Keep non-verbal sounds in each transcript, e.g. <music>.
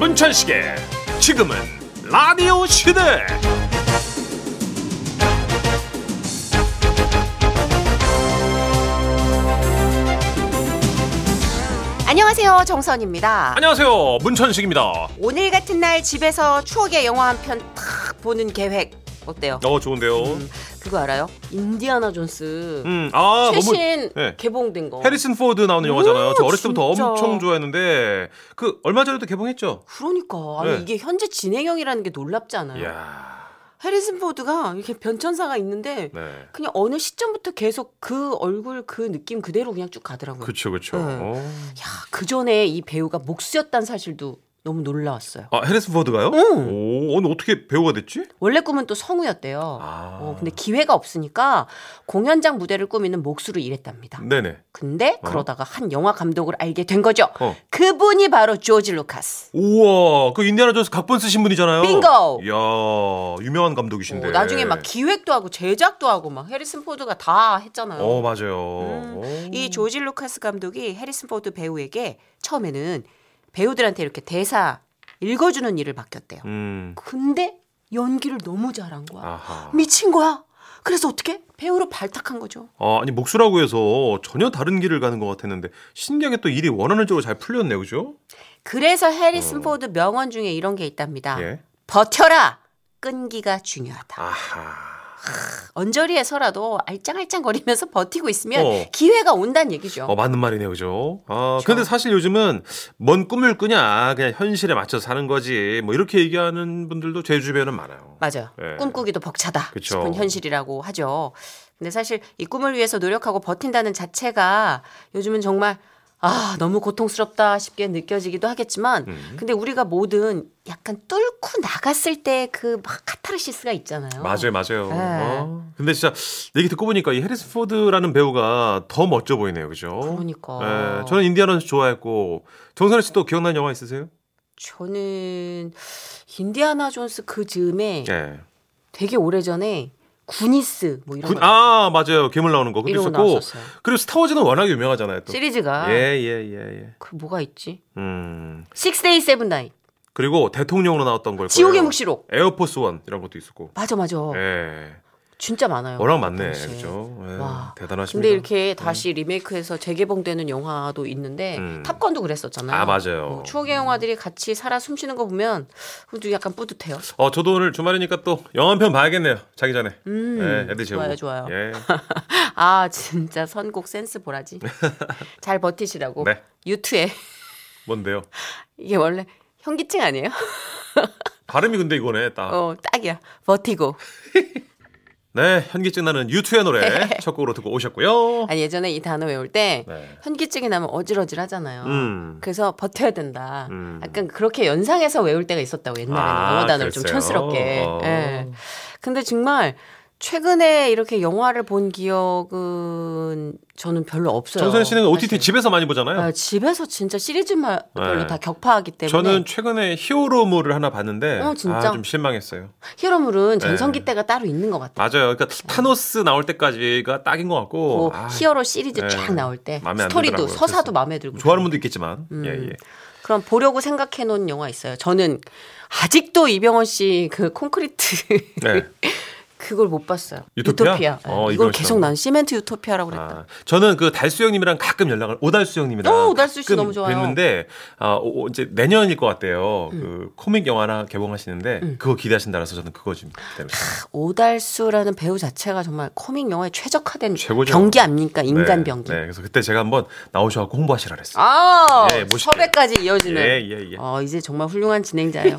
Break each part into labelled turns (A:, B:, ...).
A: 창찬식의 지금은 라디오 시대
B: 안녕하세요 정선입니다
A: 안녕하세요 문천식입니다
B: 오늘 같은 날 집에서 추억의 영화 한 편 탁 보는 계획 어때요?
A: 어 좋은데요
B: 음, 그거 알아요? 인디아나 존스
A: 음아 너무
B: 최신
A: 네.
B: 개봉된 거
A: 해리슨 포드 나오는 영화잖아요 저
B: 오,
A: 어렸을 때부터
B: 진짜.
A: 엄청 좋아했는데 그 얼마 전에도 개봉했죠
B: 그러니까 아니
A: 네.
B: 이게 현재 진행형이라는 게 놀랍지 않아요?
A: 예. 이야
B: 해리슨 포드가 이렇게 변천사가 있는데
A: 네
B: 그냥 어느 시점부터 계속 그 얼굴 그 느낌 그대로 그냥 쭉 가더라고요
A: 그쵸 그쵸
B: 네.
A: 어.
B: 야, 그 전에 이 배우가 목수였다는 사실도 너무 놀라웠어요
A: 아 해리슨 포드가요
B: 응.
A: 오 오늘 어떻게 배우가 됐지
B: 원래 꿈은 또 성우였대요
A: 아
B: 어, 근데 기회가 없으니까 공연장 무대를 꾸미는 목수로 일했답니다.
A: 네네
B: 근데
A: 음. 어?
B: 그러다가 한 영화 감독을 알게 된 거죠.
A: 어.
B: 그분이 바로 조지 루카스. 어,
A: 우와 그 인디아나 존스 각본 쓰신 분이잖아요
B: 빙고!
A: 이야 유명한 감독이신데
B: 어, 나중에 막 기획도 하고 제작도 하고 막 해리슨 포드가 다 했잖아요.
A: 어 맞아요.
B: 음,
A: 오.
B: 이 조지 루카스 감독이 해리슨 포드 배우에게 처음에는 배우들한테 이렇게 대사 읽어주는 일을 맡겼대요.
A: 음.
B: 근데 연기를 너무 잘한 거야.
A: 아하.
B: 미친 거야. 그래서 어떻게 배우로 발탁한 거죠.
A: 아, 아니 목수라고 해서 전혀 다른 길을 가는 것 같았는데 신기하게 또 일이 원하는 쪽으로 잘 풀렸네요, 그죠?
B: 그래서 해리슨
A: 어.
B: 포드 명언 중에 이런 게 있답니다.
A: 예.
B: 버텨라. 끈기가 중요하다.
A: 아하.
B: 언저리에서라도 알짱알짱 거리면서 버티고 있으면
A: 어.
B: 기회가 온다는 얘기죠.
A: 어 맞는 말이네요, 그죠? 아 근데 사실 요즘은 뭔 꿈을 꾸냐, 그냥 현실에 맞춰 사는 거지, 뭐 이렇게 얘기하는 분들도 제 주변은 많아요.
B: 맞아요.
A: 예.
B: 꿈꾸기도 벅차다.
A: 그쵸.
B: 싶은 현실이라고 하죠. 근데 사실 이 꿈을 위해서 노력하고 버틴다는 자체가 요즘은 정말 아, 너무 고통스럽다 싶게 느껴지기도 하겠지만
A: 음.
B: 근데 우리가 뭐든 약간 뚫고 나갔을 때 그 막 카타르시스가 있잖아요.
A: 맞아요, 맞아요.
B: 네.
A: 어. 근데 진짜 얘기 듣고 보니까 이 해리스 포드라는 배우가 더 멋져 보이네요, 그죠?
B: 그러니까.
A: 예, 저는 인디아나 존스 좋아했고 정선혜 씨도 기억나는 영화 있으세요?
B: 저는 인디아나 존스 그 즈음에
A: 예.
B: 되게 오래전에 구니스 뭐 이런
A: 군-
B: 거
A: 아 맞아요 괴물 나오는 거 그것도
B: 이런 거
A: 있었고
B: 나왔었어요.
A: 그리고 스타워즈는 워낙 유명하잖아요 또.
B: 시리즈가
A: 예예예 예, 예.
B: 그 뭐가 있지?
A: 음
B: 식스데이 세븐나잇
A: 그리고 대통령으로 나왔던 걸
B: 지옥의
A: 거예요.
B: 묵시록
A: 에어포스 원 이런 것도 있었고.
B: 맞아 맞아
A: 예.
B: 진짜 많아요.
A: 워낙 많네
B: 당시에.
A: 그죠. 예,
B: 와.
A: 대단하십니다.
B: 근데 이렇게 다시 리메이크해서 재개봉되는 영화도 있는데
A: 음.
B: 탑건도 그랬었잖아요.
A: 아 맞아요.
B: 어, 추억의 영화들이 같이 살아 숨쉬는 거 보면 그것도 약간 뿌듯해요.
A: 어 저도 오늘 주말이니까 또 영화 한 편 봐야겠네요. 자기 전에.
B: 음,
A: 예, 애들 재우고.
B: 좋아요, 좋아요. <laughs>
A: 예.
B: 아 진짜 선곡
A: <laughs>
B: 센스 보라지. 잘 버티시라고.
A: 네.
B: 유튜에
A: 뭔데요?
B: 이게 원래 현기증 아니에요?
A: 발음이 근데 이거네 딱.
B: 어 딱이야. 버티고.
A: 네 현기증 나는 유투의 노래
B: 네.
A: 첫 곡으로 듣고 오셨고요.
B: <laughs> 아니 예전에 이 단어 외울 때
A: 네.
B: 현기증이 나면 어질어질 하잖아요.
A: 음.
B: 그래서 버텨야 된다.
A: 음.
B: 약간 그렇게 연상해서 외울 때가 있었다고 옛날에는
A: 아,
B: 영어 단어를 좀
A: 그랬어요?
B: 촌스럽게.
A: 어.
B: 예. 근데 정말 최근에 이렇게 영화를 본 기억은 저는 별로 없어요.
A: 정선 씨는 OTT
B: 사실.
A: 집에서 많이 보잖아요.
B: 아, 집에서 진짜 시리즈별로
A: 네.
B: 다 격파하기 때문에
A: 저는 최근에 히어로물을 하나 봤는데
B: 어, 진짜?
A: 아, 좀 실망했어요. 네.
B: 히어로물은 전성기 때가 따로 있는 것 같아요.
A: 맞아요. 그러니까 타노스 나올 때까지가 딱인 것 같고
B: 뭐
A: 아,
B: 히어로 시리즈
A: 네.
B: 쫙 나올 때
A: 마음에 안
B: 스토리도
A: 들더라고요.
B: 서사도
A: 그래서.
B: 마음에 들고
A: 좋아하는 분도 있겠지만
B: 음.
A: 예,
B: <laughs>
A: 예.
B: 그럼 보려고 생각해 놓은 영화 있어요. 저는 아직도 이병헌 씨 그 콘크리트 <laughs>
A: 네.
B: 그걸 못 봤어요.
A: 유토피아?
B: 네,
A: 어,
B: 이걸
A: 이병헌
B: 계속
A: 씨하고.
B: 난 시멘트 유토피아라고 그랬다.
A: 아, 저는 그 달수 형님이랑 가끔 연락을 오달수 형님이랑
B: 어, 오, 오달수 씨
A: 가끔
B: 너무 좋아요. 음.
A: 뵙는데 아, 오, 오, 이제 내년일 것 같아요. 그 코믹 영화나 개봉하시는데 그거 기대하신다라서 저는 그거 좀 기다립니다.
B: 아, 오달수라는 배우 자체가 정말 코믹 영화에 최적화된
A: 최고죠.
B: 병기 아닙니까? 인간
A: 네,
B: 병기.
A: 네, 그래서 그때 제가 한번 나오셔갖고 홍보하시라 그랬어요.
B: 아,
A: 예, 멋있게.
B: 섭외까지 이어지는.
A: 예, 예, 예.
B: 어, 이제 정말 훌륭한 진행자예요.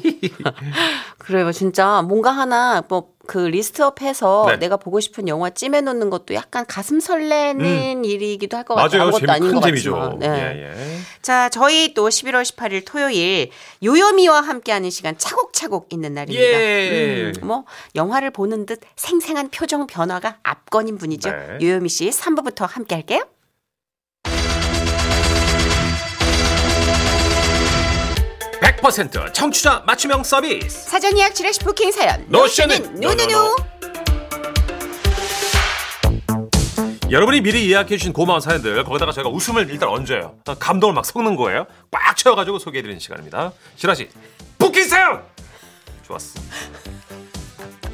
B: <laughs> 그래요, 진짜 뭔가 하나 뭐 그 리스트업해서
A: 네.
B: 내가 보고 싶은 영화 찜해놓는 것도 약간 가슴 설레는 일이기도 할 것
A: 음. 맞아요.
B: 같아요. 아무것도
A: 재미,
B: 아닌
A: 큰
B: 것
A: 재미죠.
B: 같지만. 네.
A: 예, 예.
B: 자, 저희 또 11월 18일 토요일 요요미와 함께하는 시간 차곡차곡 있는 날입니다.
A: 예.
B: 음, 뭐 영화를 보는 듯 생생한 표정 변화가 압권인 분이죠.
A: 네.
B: 요요미 씨 3부부터 함께할게요.
A: 백퍼센트 청취자 맞춤형 서비스.
B: 사전 예약 지라시 부킹 사연.
A: 노션은
B: 노노노.
A: 여러분이 미리 예약해 주신 고마운 사연들 거기다가 저희가 웃음을 일단 얹어요. 감동을 막 섞는 거예요. 꽉 채워가지고 소개해드리는 시간입니다. 시라 씨, 있어요. 좋았어.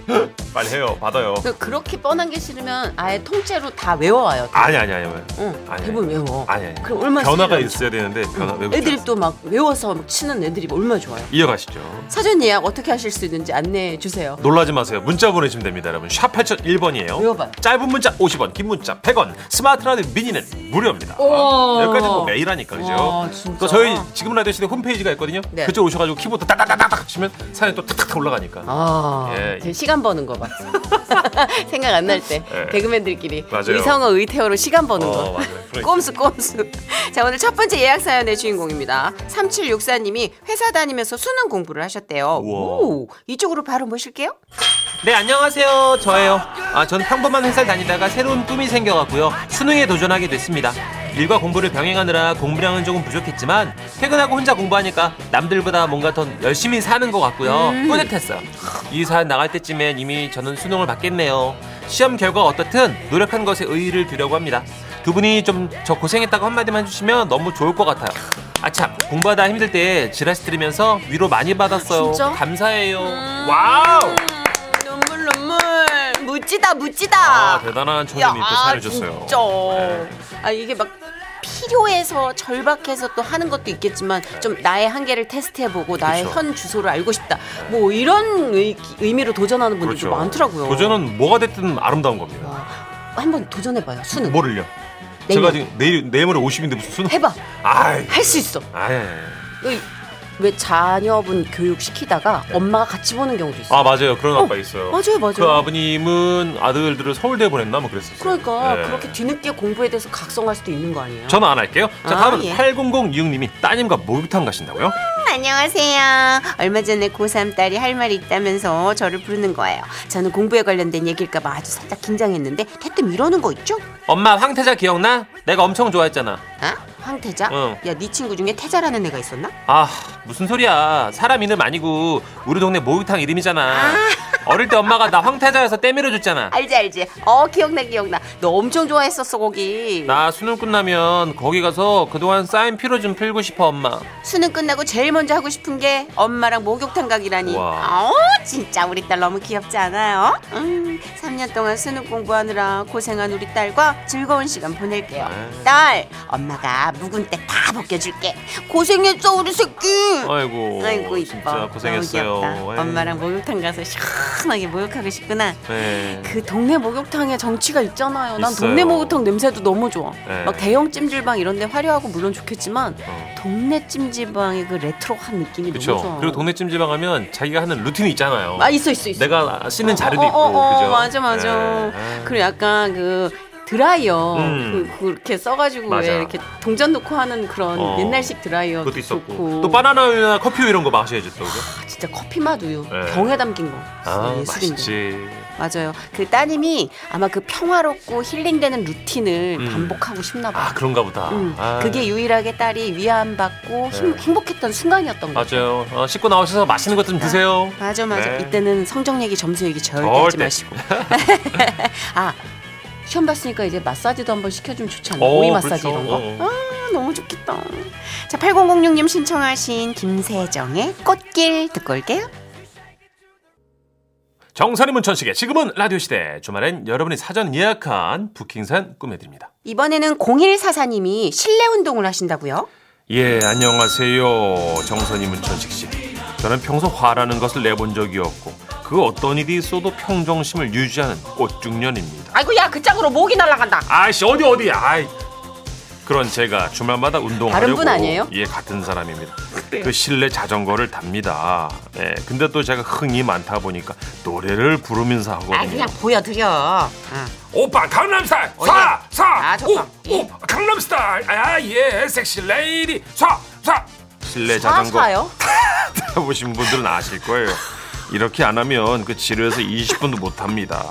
A: <laughs> 빨리 해요. 받아요.
B: 그- 그렇게 뻔한 게 싫으면 아예 통째로 다 외워와요.
A: 아니 아니 아니. 아니.
B: 응,
A: 아니.
B: 대부분 외워.
A: 아니 아니.
B: 그럼 얼마나
A: 변화가
B: 스릴러죠.
A: 있어야 되는데 변화 외국
B: 애들이 또 막 외워서 막 치는 애들이 얼마나 좋아요.
A: 이어가시죠.
B: 사전 예약 어떻게 하실 수 있는지 안내해 주세요.
A: 놀라지 마세요. 문자 보내시면 됩니다, 여러분. 샵 8001번이에요.
B: 외워봐요.
A: 짧은 문자 50원, 긴 문자 100원. 스마트 라디오 미니는 무료입니다.
B: 우와.
A: 여기까지 뭐 매일 하니까 그죠?
B: 와, 진짜.
A: 그 저희 지금 라디오 시대 홈페이지가 있거든요.
B: 네.
A: 그쪽 오셔 가지고 키보드 따다다닥 치면 사연이 또 탁탁 올라가니까.
B: 아,
A: 예.
B: 제 시간 버는 거 봐. <laughs> 생각 안 날
A: <laughs>
B: 때.
A: 예.
B: 개그맨들끼리.
A: 맞아요.
B: 의성어, 의태어로 시간 버는
A: 어,
B: 거.
A: 맞아요. 그러니까.
B: 꼼수, <laughs> 꼼수. 자, 오늘 첫 번째 예약 사연의 주인공입니다. 3764님이 회사 다니면서 수능 공부를 하셨대요.
A: 우와.
B: 오, 이쪽으로 바로 모실게요.
C: 네 안녕하세요 저예요 아, 전 평범한 회사를 다니다가 새로운 꿈이 생겨갖고요 수능에 도전하게 됐습니다 일과 공부를 병행하느라 공부량은 조금 부족했지만 퇴근하고 혼자 공부하니까 남들보다 뭔가 더 열심히 사는 것 같고요
B: 음.
C: 뿌듯했어요 이 사연 나갈 때쯤엔 이미 저는 수능을 받겠네요 시험 결과 어떻든 노력한 것에 의의를 두려고 합니다 두 분이 좀 저 고생했다고 한마디만 해주시면 너무 좋을 것 같아요 아참 공부하다 힘들 때 지라시 들으면서 위로 많이 받았어요
B: 진짜? 음.
C: 감사해요
A: 와우!
B: 눈물, 눈물. 무찌다, 무찌다.
A: 아, 대단한 청년이 또 사연을 줬어요.
B: 아,
A: 네.
B: 진짜. 아 이게 막 필요해서 절박해서 또 하는 것도 있겠지만 좀 나의 한계를 테스트해보고 나의
A: 그쵸.
B: 현 주소를 알고 싶다. 뭐 이런 의, 미로 도전하는 분들도 많더라고요.
A: 도전은 그렇죠. 뭐가 됐든 아름다운 겁니다.
B: 한번 도전해봐요. 수능
A: 뭐를요?
B: 내일.
A: 제가 지금 네, 내일 내일 모레 50인데 무슨 수능?
B: 네 해봐.
A: 아이.
B: 할 수 있어.
A: 아이.
B: 왜- 왜 자녀분 교육 시키다가 엄마가 같이 보는 경우도 있어.
A: 네. 아 맞아요 그런 아빠 있어요.
B: 맞아요, 맞아요.
A: 그 아버님은 아들들을 서울대 보냈나 뭐 그랬었어요.
B: 그러니까
A: 예.
B: 그렇게 뒤늦게 공부에 대해서 각성할 수도 있는 거 아니에요?
A: 전화 안 할게요. 자
B: 아,
A: 다음은
B: 예.
A: 8006님이 따님과 목욕탕 가신다고요?
B: 안녕하세요. 얼마 전에 고3 딸이 할 말이 있다면서 저를 부르는 거예요. 저는 공부에 관련된 얘기일까봐 아주 살짝 긴장했는데 대뜸 이러는 거 있죠?
C: 엄마 황태자 기억나? 내가 엄청 좋아했잖아.
B: 아? 황태자?
C: 응.
B: 야, 네 친구 중에 태자라는 애가 있었나?
C: 아 무슨 소리야? 사람 이름 아니고 우리 동네 목욕탕 이름이잖아. 어릴 때 엄마가 나 황태자여서 때밀어줬잖아.
B: 알지 알지. 어 기억나 기억나. 너 엄청 좋아했었어 거기.
C: 나 수능 끝나면 거기 가서 그동안 쌓인 피로 좀 풀고 싶어 엄마.
B: 수능 끝나고 제일 먼저 하고 싶은 게 엄마랑 목욕탕 가기라니.
A: 와.
B: 어 진짜 우리 딸 너무 귀엽지 않아요? 음, 3년 동안 수능 공부하느라 고생한 우리 딸과 즐거운 시간 보낼게요.
A: 네.
B: 딸, 엄마가 묵은 때 다 벗겨줄게. 고생했어 우리 새끼.
A: 아이고,
B: 아이고 이뻐.
A: 진짜 고생했어요.
B: 너무 귀엽다.
A: 에이.
B: 엄마랑 목욕탕 가서 시원하게 목욕하고 싶구나.
A: 네.
B: 그 동네 목욕탕에 정취가 있잖아요. 난
A: 있어요.
B: 동네 목욕탕 냄새도 너무 좋아.
A: 네.
B: 막 대형 찜질방 이런 데 화려하고 물론 좋겠지만
A: 어.
B: 동네 찜질방의 그 레트로한 느낌이 너무
A: 그렇죠.
B: 좋아.
A: 그리고 동네 찜질방 가면 자기가 하는 루틴이 있잖아요.
B: 아 있어 있어 있어.
A: 내가 씻는 자리도
B: 어,
A: 있고
B: 어, 어,
A: 그죠?
B: 맞아 맞아.
A: 네.
B: 그리고 약간 그 드라이어
A: 음.
B: 그, 그렇게 써가지고
A: 맞아.
B: 왜 이렇게 동전 넣고 하는 그런
A: 어.
B: 옛날식 드라이어
A: 그것도 있었고
B: 좋고.
A: 또 바나나 우유나 커피 우유 이런 거 마셔야지 또 그죠?
B: 아, 진짜 커피 맛 우유
A: 네.
B: 병에 담긴 거.
A: 아
B: 예술인데.
A: 맛있지
B: 맞아요. 그 따님이 아마 그 평화롭고 힐링되는 루틴을
A: 음.
B: 반복하고 싶나 봐.
A: 아 그런가 보다
B: 음,
A: 아,
B: 그게 유일하게 딸이 위안받고 힘-
A: 네.
B: 행복했던 순간이었던 거죠.
A: 맞아요 어, 씻고 나오셔서 맛있는 것 좀 드세요
B: 맞아 맞아.
A: 네.
B: 이때는 성적 얘기, 점수 얘기 절대
A: 절대.
B: 하지
A: <laughs>
B: 마시고. 아 시험 봤으니까 이제 마사지도 한번 시켜주면 좋지 않나?
A: 어,
B: 오이 마사지
A: 그렇죠.
B: 이런 거.
A: 어, 어.
B: 아, 너무 좋겠다. 자 8006님 신청하신 김세정의 꽃길 듣고 올게요.
A: 정선이 문천식의 지금은 라디오 시대 주말엔 여러분이 사전 예약한 부킹산 꾸며드립니다
B: 이번에는 0144님이 실내 운동을 하신다고요?
A: 예 안녕하세요 정선이 문천식 씨 저는 평소 화라는 것을 내본 적이 없고 그 어떤 일이 있어도 평정심을 유지하는 꽃중년입니다
B: 아이고 야 그 짝으로 목이 날아간다.
A: 아씨 어디 네. 어디 아이 그런 제가 주말마다 운동하려고
B: 다른 분 아니에요?
A: 예 같은 사람입니다 그 실내 자전거를 답니다 예 근데 또 제가 흥이 많다 보니까 노래를 부르면서 하거든요
B: 아 그냥 보여드려. 응.
A: 오빠 강남스타일
B: 어, 사, 예. 사, 아, 좋다. 오, 예.
A: 강남스타일 아, 아예 섹시 레이디 사사 실내 그 자전거 <laughs>
B: 사요?
A: 해보신 분들은 아실 거예요. 이렇게 안 하면 그 지루해서 20분도 못 합니다.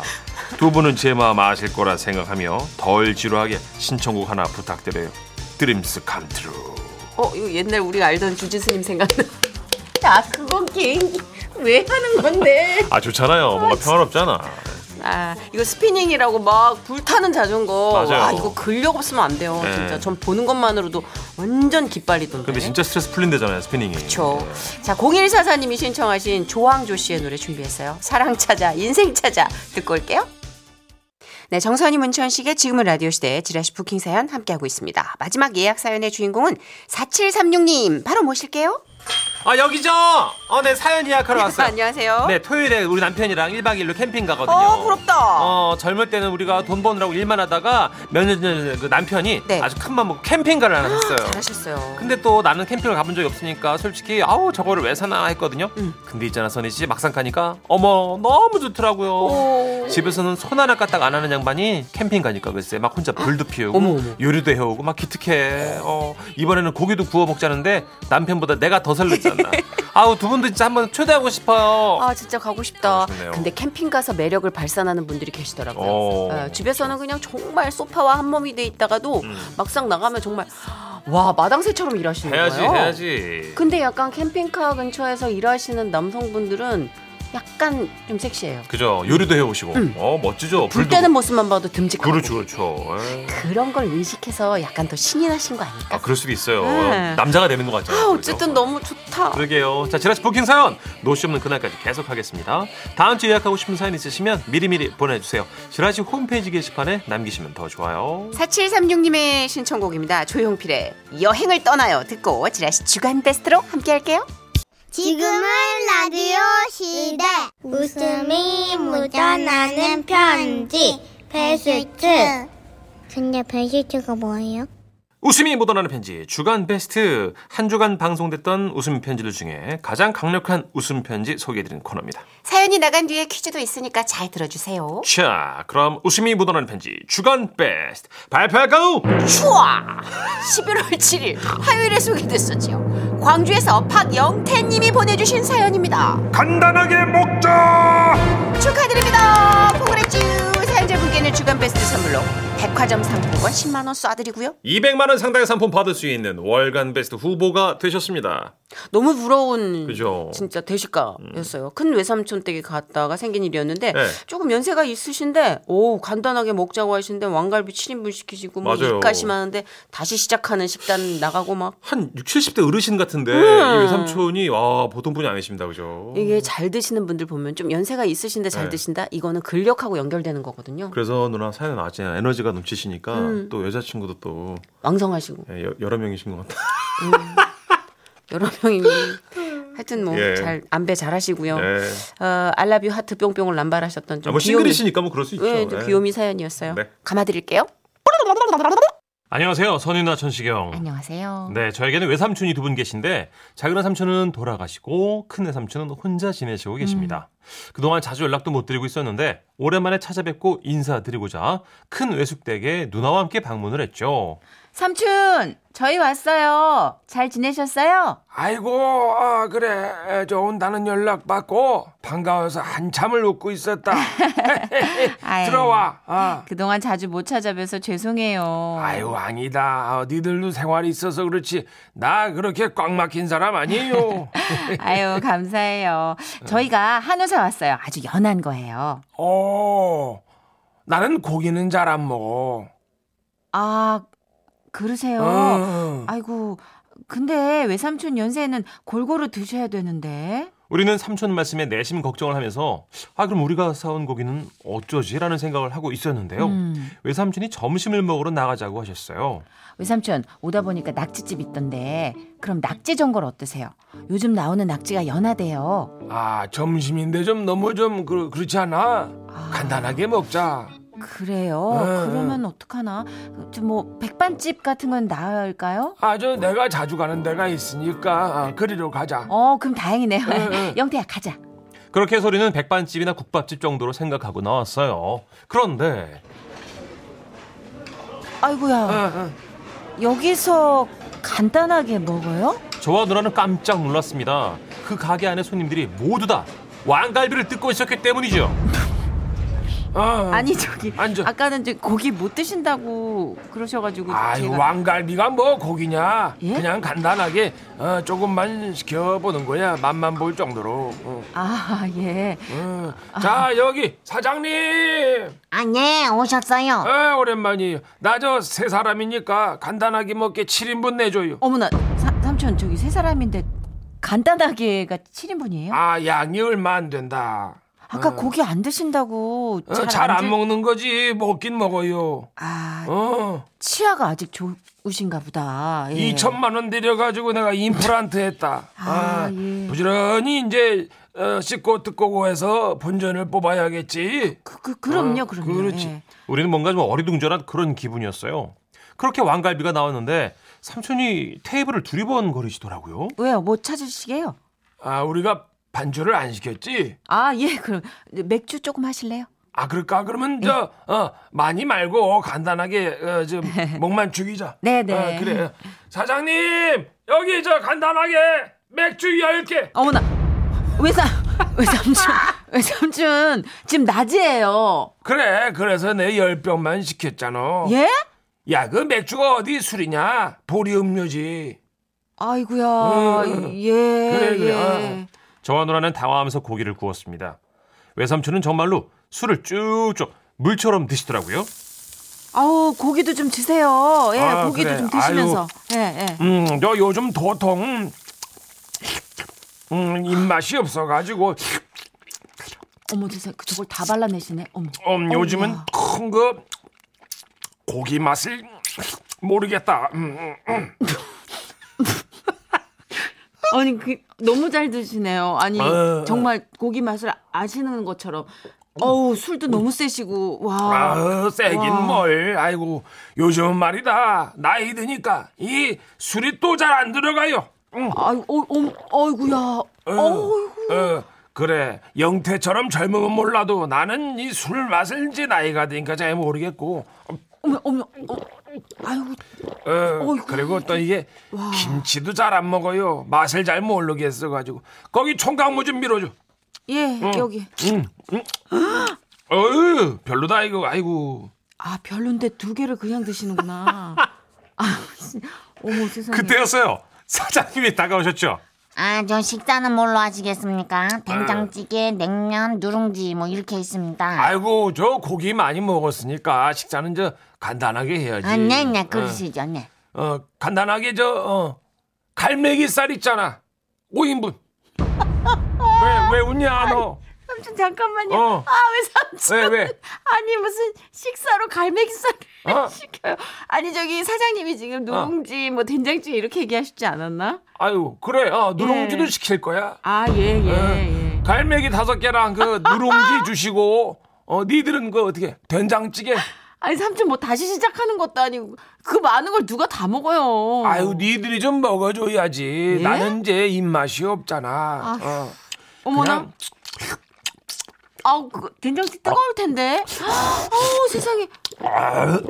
A: 두 분은 제 마음 아실 거라 생각하며 덜 지루하게 신청곡 하나 부탁드려요. 드림스 캄트루.
B: 어 이거 옛날 우리가 알던 주지스님 생각나. 야 그건 개인기 왜 하는 건데?
A: 아 좋잖아요. 뭔가 평화롭잖아.
B: 아, 이거 스피닝이라고 막 불타는 자전거.
D: 맞아요.
B: 와, 이거 근력 없으면 안 돼요.
D: 네.
B: 진짜 전 보는 것만으로도 완전 깃발이던데.
D: 근데 진짜 네. 스트레스 풀린다잖아요 스피닝이.
B: 네. 그렇죠. 자, 0144님이 신청하신 조항조 씨의 노래 준비했어요. 사랑 찾아, 인생 찾아 듣고 올게요. 네, 정선희 문천식의 지금은 라디오 시대 지라시 부킹 사연 함께하고 있습니다. 마지막 예약 사연의 주인공은 4736님 바로 모실게요.
A: 아 여기죠. 어네 사연 예약하러 왔어요.
B: <laughs> 안녕하세요.
A: 네 토요일에 우리 남편이랑 1박 2일로 캠핑 가거든요.
B: 어, 부럽다.
A: 어, 젊을 때는 우리가 돈 버느라고 일만 하다가 몇 년 전에 그 남편이
B: 네. 아,
A: 아주 큰맘 먹고 캠핑가를 하나 샀어요.
B: 잘하셨어요.
A: 근데 또 나는 캠핑을 가본 적이 없으니까 솔직히 아우 저거를 왜 사나 했거든요.
B: 음.
A: 근데 있잖아 선희 씨 막상 가니까 어머 너무 좋더라고요.
B: 오.
A: 집에서는 손 하나 까딱 안 하는 양반이 캠핑 가니까 글쎄 막 혼자 불도 피우고
B: 어머, 어머.
A: 요리도 해오고 막 기특해. 어, 이번에는 고기도 구워 먹자는데 남편보다 내가 더
B: <laughs>
A: 설렜잖아. 아우 두 분도 진짜 한번 초대하고 싶어요.
B: 아 진짜 가고 싶다.
D: 가고 싶네요.
B: 근데 캠핑 가서 매력을 발산하는 분들이 계시더라고요.
D: 어.
B: 예, 집에서는 그냥 정말 소파와 한 몸이 돼 있다가도 막상 나가면 정말 와 마당새처럼 일하시는
D: 음. 해야지
B: 거예요.
D: 해야지.
B: 근데 약간 캠핑카 근처에서 일하시는 남성분들은 약간 좀 섹시해요.
D: 그죠. 요리도 해오시고. 어 멋지죠.
B: 음. 불
D: 불도
B: 때는 모습만 봐도 듬직하고
D: 그렇죠 그렇죠. 예.
B: 그런 걸 의식해서 약간 더 신이 나신 거 아닐까?
D: 아 그럴 수도 있어요.
B: 네.
D: 남자가 되는 것 같잖아요. 네.
B: 아,
D: 그죠?
B: 어쨌든 너무 좋다.
A: 그러게요. 자, 지라시 부킹 사연 노쇼 없는 그날까지 계속하겠습니다. 다음 주 예약하고 싶은 사연 있으시면 미리미리 보내주세요. 지라시 홈페이지 게시판에 남기시면 더 좋아요.
B: 4736님의 신청곡입니다. 조용필의 여행을 떠나요. 듣고 지라시 주간 베스트로 함께 할게요.
E: 지금은 라디오 시대. 웃음이 묻어나는 편지. 베스트. 근데 베스트가 뭐예요?
A: 웃음이 묻어나는 편지 주간 베스트 한 주간 방송됐던 웃음 편지들 중에 가장 강력한 웃음 편지 소개해드리는 코너입니다.
B: 사연이 나간 뒤에 퀴즈도 있으니까 잘 들어주세요.
A: 자, 그럼 웃음이 묻어나는 편지 주간 베스트 발표할까요?
B: <laughs> 추아 11월 7일 화요일에 소개됐었지요. 광주에서 박영태님이 보내주신 사연입니다.
D: 간단하게 먹자.
B: 축하드립니다. 포그레쥬 사연자분께는 주간 베스트 선물로 백화점 상품권 10만 원 쏴드리고요.
A: 200만 원 상당의 상품 받을 수 있는 월간 베스트 후보가 되셨습니다.
B: 너무 부러운
A: 그죠. 음.
B: 진짜 대식가였어요. 큰 외삼촌 댁에 갔다가 생긴 일이었는데
A: 네.
B: 조금 연세가 있으신데 오 간단하게 먹자고 하시는데 왕갈비 7인분 시키시고 뭐
A: 맞아요.
B: 입가심 하는데 다시 시작하는 식단 나가고 막
A: 한 60, 70대 어르신 같은데 이 외삼촌이 와 보통 분이 아니십니다, 그죠?
B: 음. 이게 잘 드시는 분들 보면 좀 연세가 있으신데
A: 음.
B: 잘
A: 네.
B: 드신다 이거는 근력하고 연결되는 거거든요.
A: 그래서 누나 사연 아시잖아요. 에너지가 넘치시니까
B: 음.
A: 또 여자친구도 또
B: 왕성하시고
A: 예, 여- 여러 명이신 것 같아요.
B: 여러 <laughs> 명이 하여튼 뭐
D: 예.
B: 잘 안배 잘하시고요.
D: 네.
B: 어, 알라뷰 하트 뿅뿅을 남발하셨던
A: 아,
B: 좀
A: 뭐
B: 귀요미,
A: 싱글이시니까 뭐 그럴 수 있죠.
B: 예, 좀
A: 예.
B: 귀요미 사연이었어요.
D: 네.
B: 감아드릴게요.
A: 안녕하세요. 선윤아 천식영.
B: 안녕하세요.
A: 네, 저에게는 외삼촌이 두 분 계신데 작은 외삼촌은 돌아가시고 큰 외삼촌은 혼자 지내시고 계십니다. 그동안 자주 연락도 못 드리고 있었는데 오랜만에 찾아뵙고 인사드리고자 큰 외숙댁에 누나와 함께 방문을 했죠.
F: 삼촌, 저희 왔어요. 잘 지내셨어요?
G: 아이고 아, 그래 저 온다는 연락 받고 반가워서 한참을 웃고 있었다
F: 아이,
G: 들어와 아.
F: 그동안 자주 못 찾아뵈서 죄송해요.
G: 아유 아니다 어, 니들도 생활이 있어서 그렇지 나 그렇게 꽉 막힌 사람 아니에요
F: 아유, 감사해요. 저희가 한우사 왔어요. 아주 연한 거예요.
G: 어 나는 고기는 잘 안 먹어
F: 아, 그러세요?
G: 어.
F: 아이고, 근데 외삼촌 연세에는 골고루 드셔야 되는데.
A: 우리는 삼촌 말씀에 내심 걱정을 하면서 아 그럼 우리가 사온 고기는 어쩌지라는 생각을 하고 있었는데요.
F: 음.
A: 외삼촌이 점심을 먹으러 나가자고 하셨어요.
F: 외삼촌, 오다 보니까 낙지집 있던데. 그럼 낙지 전골 어떠세요? 요즘 나오는 낙지가 연하대요.
G: 아 점심인데 좀 너무 좀 그, 그렇지 않아 간단하게 먹자
F: 그래요?
G: 네.
F: 그러면 어떡하나? 좀 뭐 백반집 같은 건 나을까요?
G: 아 저 내가 자주 가는 데가 있으니까 아, 그리로 가자
F: 어, 그럼 다행이네요.
G: 네.
F: <laughs> 영태야, 가자.
A: 그렇게 해서 우리는 백반집이나 국밥집 정도로 생각하고 나왔어요. 그런데
F: 아이고야,
G: 어.
F: 여기서 간단하게 먹어요?
A: 저와 누나는 깜짝 놀랐습니다. 그 가게 안에 손님들이 모두 다 왕갈비를 뜯고 있었기 때문이죠.
G: 어.
B: 아니 저기
G: 앉아.
B: 아까는 이제 고기 못 드신다고 그러셔가지고
G: 아유
B: 제가
G: 왕갈비가 뭐 고기냐?
B: 예?
G: 그냥 간단하게 어, 조금만 시켜보는 거야. 맛만 볼 정도로. 어.
B: 아 예.
G: 어. 자 여기 사장님.
H: 아, 네, 오셨어요.
G: 아, 오랜만이에요. 나 저 세 사람이니까 간단하게 먹게 7인분 내줘요.
B: 어머나 사- 삼촌 저기 세 사람인데 간단하게가 7인분이에요?
G: 아 양이 얼마 안 된다. 어,
B: 아, 까 고기 안 드신다고
G: 잘
B: 잘
G: 안
B: 안 드-
G: 먹는 거지 먹긴 먹어요.
B: 아
G: 어,
B: 치아가 아직 좋으신가 보다. 예.
G: 2천만 원 들여가지고 내가 임플란트 했다. 아,
B: 아, 예.
G: 부지런히 이제 어, 씻고 뜯고 해서 본전을 뽑아야겠지.
B: 그, 그, 그럼요,
G: 어,
B: 그럼요.
G: 그렇지.
B: 예.
A: 우리는 뭔가 좀 어리둥절한 그런 기분이었어요. 그렇게 왕갈비가 나왔는데 삼촌이 테이블을 두리번거리시더라고요.
B: 왜요? 뭐 찾으시게요?
G: 아, 우리가 반주를 안 시켰지.
B: 아, 예, 그럼 맥주 조금 하실래요?
G: 아, 그럴까? 그러면 저
B: 네.
G: 어, 많이 말고 간단하게 어,
B: <laughs>
G: 좀 목만 죽이자.
B: 네, 네.
G: 어, 그래. 사장님 여기 저 간단하게 맥주 10개.
B: 어머나, 왜 삼, 왜 삼촌, 왜 삼촌, 지금 낮이에요.
G: 그래 그래서 내 10병만 시켰잖아.
B: 예?
G: 야, 그 맥주가 어디 술이냐? 보리 음료지.
B: 아이고야,
G: 음.
B: 예,
G: 그래, 그래.
B: 예.
A: 저와 누나는 당황하면서 고기를 구웠습니다. 외삼촌은 정말로 술을 쭉쭉 물처럼 드시더라고요.
B: 아우, 고기도 좀 드세요. 예,
G: 아,
B: 고기도
G: 그래.
B: 좀 드시면서. 예, 예.
G: 음, 저 요즘 도통 음, 입맛이 없어 가지고
B: 어머, 세상에, 그 저걸 다 발라내시네. 어머.
G: 음, 요즘은
B: 어머나.
G: 큰 거 고기 맛을 모르겠다. 음, 음, 음.
B: 아니, 그, 너무 잘 드시네요. 아니,
G: 어.
B: 정말 고기 맛을 아시는 것처럼. 어우, 술도 너무 세시고, 와.
G: 아, 세긴
B: 와.
G: 뭘. 아이고, 요즘 말이다. 나이 드니까 이 술이 또 잘 안 들어가요. 음.
B: 아이고, 어, 어, 어이구야.
G: 아.
B: 어이구.
G: 어, 그래 영태처럼 젊으면 몰라도 나는 이 술 맛을 이제 나이가 드니까 잘 모르겠고
B: 어머, 어머, 어, 아이고,
G: 어, 그리고 또 이게 김치도 잘 안 먹어요 맛을 잘 모르겠어 가지고 거기 총각무 좀 밀어줘
B: 예, 여기.
G: 어유 별로다 이거 아이고
B: 아, 별론데 두 개를 그냥
G: <laughs>
B: 드시는구나. 아, 씨. 어머, 세상에.
A: 그때였어요. 사장님이 다가오셨죠.
H: 아, 저 식사는 뭘로 하시겠습니까?
G: 아.
H: 된장찌개, 냉면, 누룽지, 뭐, 이렇게 있습니다.
G: 아이고 저 고기 많이 먹었으니까 식사는 저 간단하게 해야지
H: 아, 네, 네, 그러시죠, 네.
G: 어, 어, 간단하게 저 어, 갈매기살 있잖아
H: <laughs>
G: 5인분 왜, 왜 웃냐 너
B: 삼촌, 잠깐만요.
G: 어.
B: 아, 왜 삼촌?
G: 왜, 왜?
B: 아니, 무슨 식사로 갈매기살을 <laughs>
G: 어?
B: 시켜요. 아니, 저기 사장님이 지금 누룽지, 뭐, 된장찌개 이렇게 얘기하시지 않았나?
G: 아유 그래 어, 누룽지도
H: 네.
B: 예.
G: 시킬 거야
B: 아, 예,
G: 어.
B: 예, 예.
G: 갈매기 다섯 개랑 그
H: <laughs>
G: 누룽지 주시고 어 니들은 그 어떻게 된장찌개
B: 아니, 삼촌 뭐 다시 시작하는 것도 아니고, 그 많은 걸 누가 다 먹어요.
G: 아유 니들이 좀 먹어줘야지
B: 예?
H: 네?
G: 나는 이제 입맛이 없잖아 어.
B: 어머나.
G: 그냥
B: 아우 그 된장찌 뜨거울 텐데. <gasps> 아우 세상에.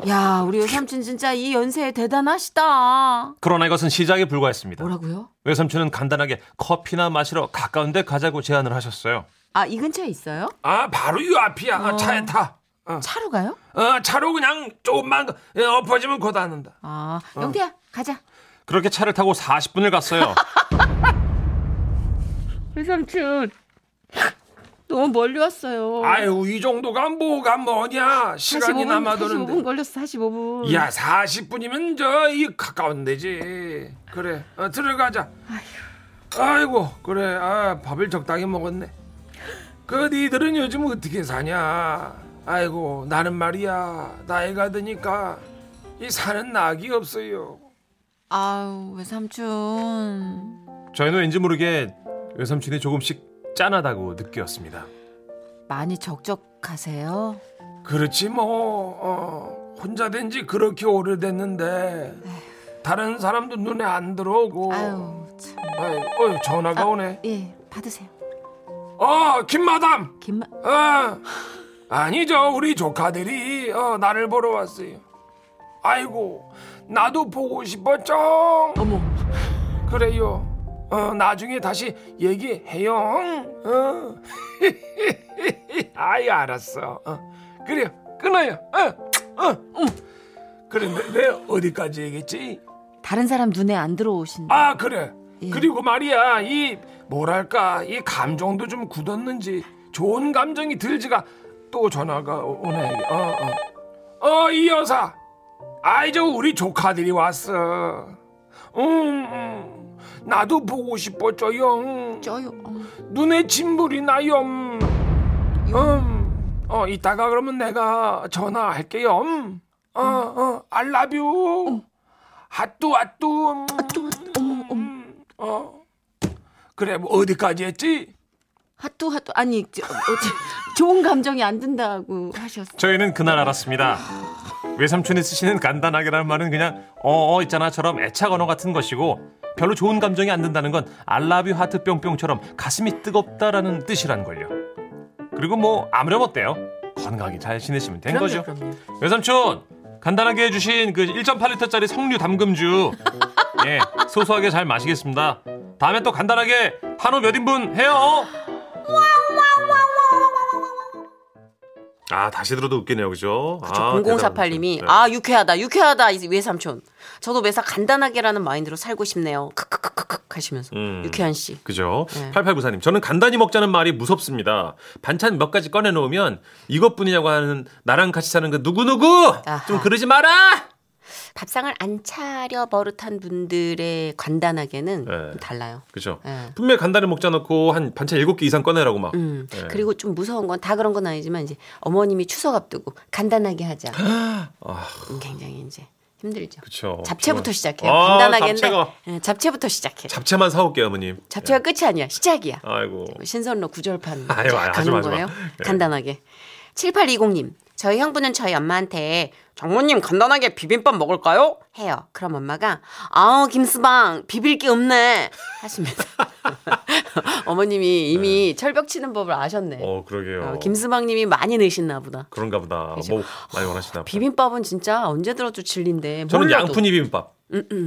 B: 야 우리 삼촌 진짜 이 연세에 대단하시다.
A: 그러나 이것은 시작에 불과했습니다.
B: 뭐라고요?
A: 외삼촌은 간단하게 커피나 마시러 가까운 데 가자고 제안을 하셨어요.
B: 아 이 근처에 있어요?
G: 아 바로 이 앞이야
H: 어.
G: 아, 차에 타
B: 차로 가요?
G: 어, 차로 그냥 조금만 예, 엎어지면 곧 아는다
B: 아 영태야 가자.
A: 그렇게 차를 타고 40분을 갔어요.
B: 우리 삼촌 너무 멀리 왔어요.
G: 아유 이 정도가 뭐가 뭐냐 시간이
B: 45분,
G: 남아도는데
B: 45분 걸렸어 45분.
G: 야 40분이면 저 이 가까운 데지 그래 어, 들어가자 아이고 그래 아 밥을 적당히 먹었네 그 니들은 요즘 어떻게 사냐 아이고 나는 말이야 나이가 드니까 이 사는 낙이 없어요
B: 아우 왜 삼촌
A: 저희는 왠지 모르게 외삼촌이 조금씩 짠하다고 느꼈습니다.
B: 많이 적적하세요?
G: 그렇지 뭐 어, 혼자 된 지 그렇게 오래됐는데 다른 사람도 눈에 안 들어오고
B: 아유 참.
G: 아이고, 어휴, 전화가 오네
B: 예 받으세요.
G: 어 김마담
B: 김만
G: 아, 아니죠. 우리 조카들이 어, 나를 보러 왔어요. 아이고, 나도 보고 싶었죠.
B: 어머
G: 그래요. 어, 나중에 다시 <laughs> 얘기해요. 어. 아이, 알았어. 어, 그래요 끊어요 어, 어. 그런데 내 어디까지 얘기했지?
I: 다른 사람 눈에 안 들어오신다.
G: 아 그래 그리고 말이야 이 뭐랄까 이 감정도 좀 굳었는지 좋은 감정이 들지가 또 전화가 오- 오네 어, 어어어이 여사 아 이제 우리 조카들이 왔어 음, 음 나도 보고 싶었죠요
I: 쪄요. 어.
G: 눈에 진물이 나요 음어 이따가 그러면 내가 전화할게요 어어 알라뷰 핫뚜 핫뚜 음.
I: 어머, 어머.
B: 음.
G: 어. 그래 뭐 어디까지 했지?
I: 핫도 핫도 아니 저, 어, 저, 좋은 감정이 안 든다고 하셨어.
C: 저희는 그날 알았습니다. 외삼촌이 쓰시는 간단하게라는 말은 그냥 어어 있잖아처럼 애착 언어 같은 것이고 별로 좋은 감정이 안 든다는 건 알라뷰 하트 뿅뿅처럼 가슴이 뜨겁다라는 뜻이란 걸요. 그리고 뭐 아무렴 어때요? 건강히 잘 지내시면 된 거죠. 외삼촌 간단하게 해주신 그 1.8리터짜리 석류
B: <laughs>
C: 담금주 예 소소하게 잘 마시겠습니다. 다음에 또 간단하게 한우 몇 인분 해요.
A: 아 다시 들어도 웃기네요, 그죠? 아,
B: 0048님이
A: 대단하죠.
B: 아 유쾌하다 유쾌하다 이 외삼촌 저도 매사 간단하게라는 마인드로 살고 싶네요 크크크크크 하시면서
A: 음.
B: 유쾌한 씨
A: 그죠?
B: 네.
A: 8894님, 저는 간단히 먹자는 말이 무섭습니다. 반찬 몇 가지 꺼내놓으면 이것뿐이냐고 하는 나랑 같이 사는 그 누구누구! 좀
B: 아하.
A: 그러지 마라!
B: 밥상을 안 차려 버릇한 분들의 간단하게는
A: 네.
B: 좀 달라요
A: 그죠?
B: 네.
A: 분명히 간단히 먹자 놓고 한 반찬 7개 이상 꺼내라고 막.
B: 음.
A: 네.
B: 그리고 좀 무서운 건 다 그런 건 아니지만 이제 어머님이 추석 앞두고 간단하게
A: <gasps>
B: 하자 음, 굉장히 이제 힘들죠
A: 아. 그쵸.
B: 잡채부터
A: 정말.
B: 시작해요
A: 아,
B: 간단하게
A: 잡채가.
B: 네, 잡채부터 시작해
A: 잡채만 네. 사올게요, 어머님.
B: 잡채가 끝이 아니야 시작이야
A: 아이고.
B: 신선로 구절판
A: 아유, 아유, 하지 마,
B: 가는
A: 하지 마.
B: 거예요?
A: 예.
B: 간단하게. 7820님. 저희 형부는 저희 엄마한테 장모님 간단하게 비빔밥 먹을까요? 해요. 그럼 엄마가 아우 김수방 비빌 게 없네 하십니다. <laughs> 어머님이 이미 철벽 치는 법을 아셨네.
A: 네. 어, 그러게요.
B: 어, 김수방님이 많이 넣으셨나 보다.
A: 그런가 보다.
B: 그죠?
A: 뭐 많이 원하시나 보다.
B: 비빔밥은 진짜 언제 들어도 진리인데
A: 저는
B: 몰라도. 음,
A: 양푼이 비빔밥.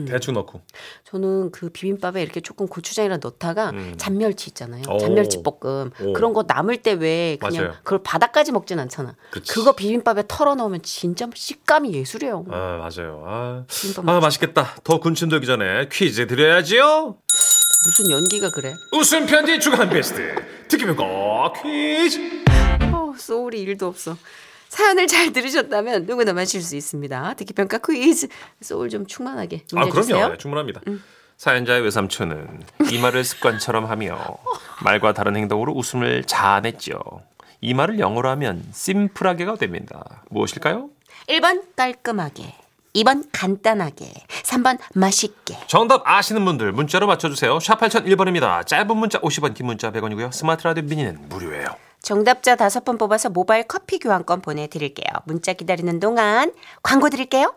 A: 대충 넣고.
B: 저는 그 비빔밥에 이렇게 조금 고추장이랑 넣다가 잔멸치 있잖아요.
A: 음. 오.
B: 잔멸치 볶음
A: 오.
B: 그런 거 남을 때 왜 그냥
A: 맞아요.
B: 그걸 바닥까지 먹진 않잖아.
A: 그치.
B: 그거 비빔밥에 털어 넣으면 진짜 식감이 예술이에요.
A: 아, 맞아요. 아,
B: 비빔밥
A: 아
B: 먹자.
A: 맛있겠다. 더 군침 돌기 전에 퀴즈 드려야지요.
B: 무슨 연기가 그래?
A: 웃음 편지 주간 베스트 특기평가 퀴즈
B: 어, 소울이 일도 없어. 사연을 잘 들으셨다면 누구나 마실 수 있습니다. 듣기 평가 퀴즈 소울 좀 충만하게 문제
A: 아 그럼요
B: 주세요. 음.
A: 네, 충분합니다 사연자의 외삼촌은 이 말을 습관처럼 하며 말과 다른 행동으로 웃음을 자아냈죠 이 말을 영어로 하면 심플하게가 됩니다 무엇일까요?
B: 1번 깔끔하게, 2번 간단하게, 3번 맛있게.
A: 정답 아시는 분들 문자로 맞춰주세요 샵 8001번입니다 짧은 문자 50원 긴 문자 100원이고요 스마트 라디오 미니는 무료예요
B: 정답자 다섯 번 뽑아서 모바일 커피 교환권 보내드릴게요. 문자 기다리는 동안 광고 드릴게요.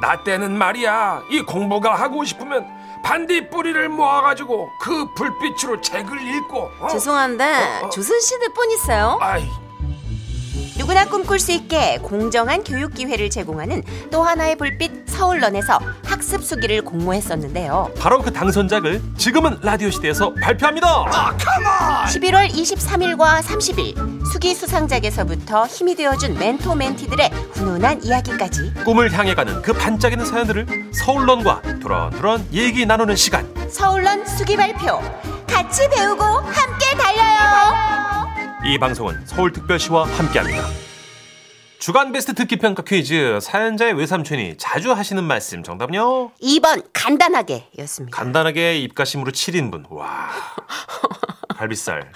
G: 나 때는 말이야 이 공부가 하고 싶으면 반딧 뿌리를 모아가지고 그 불빛으로 책을 읽고 어?
B: 죄송한데 조선 씨들 폰 있어요.
G: 아이
B: 누구나 꿈꿀 수 있게 공정한 교육 기회를 제공하는 또 하나의 불빛 서울런에서 학습 수기를 공모했었는데요.
A: 바로 그 당선작을 지금은 라디오 시대에서 발표합니다
B: 11월 23일과 30일 수기 수상작에서부터 힘이 되어준 멘토 멘티들의 훈훈한 이야기까지
A: 꿈을 향해 가는 그 반짝이는 사연들을 서울론과 두런두런 얘기 나누는 시간
B: 서울런 수기 발표 같이 배우고 함께 달려요.
A: 이 방송은 서울특별시와 함께합니다. 주간 베스트 듣기 평가 퀴즈 사연자의 외삼촌이 자주 하시는 말씀 정답은요
B: 2번 간단하게였습니다.
A: 간단하게 입가심으로 7인분 와 갈비살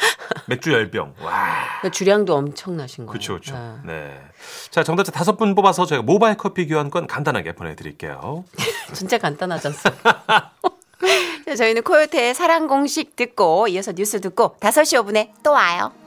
A: 맥주 10병 와
B: 그러니까 주량도 엄청나신 거예요.
A: 그쵸 그쵸
B: 아.
A: 네자 정답자 다섯 분 뽑아서 저희가 모바일 커피 교환권 간단하게 보내드릴게요
B: 진짜 간단하지 않습니까? <laughs> 자, 저희는 코요태의 사랑 공식 듣고 이어서 뉴스 듣고 5시 5분에 또 와요.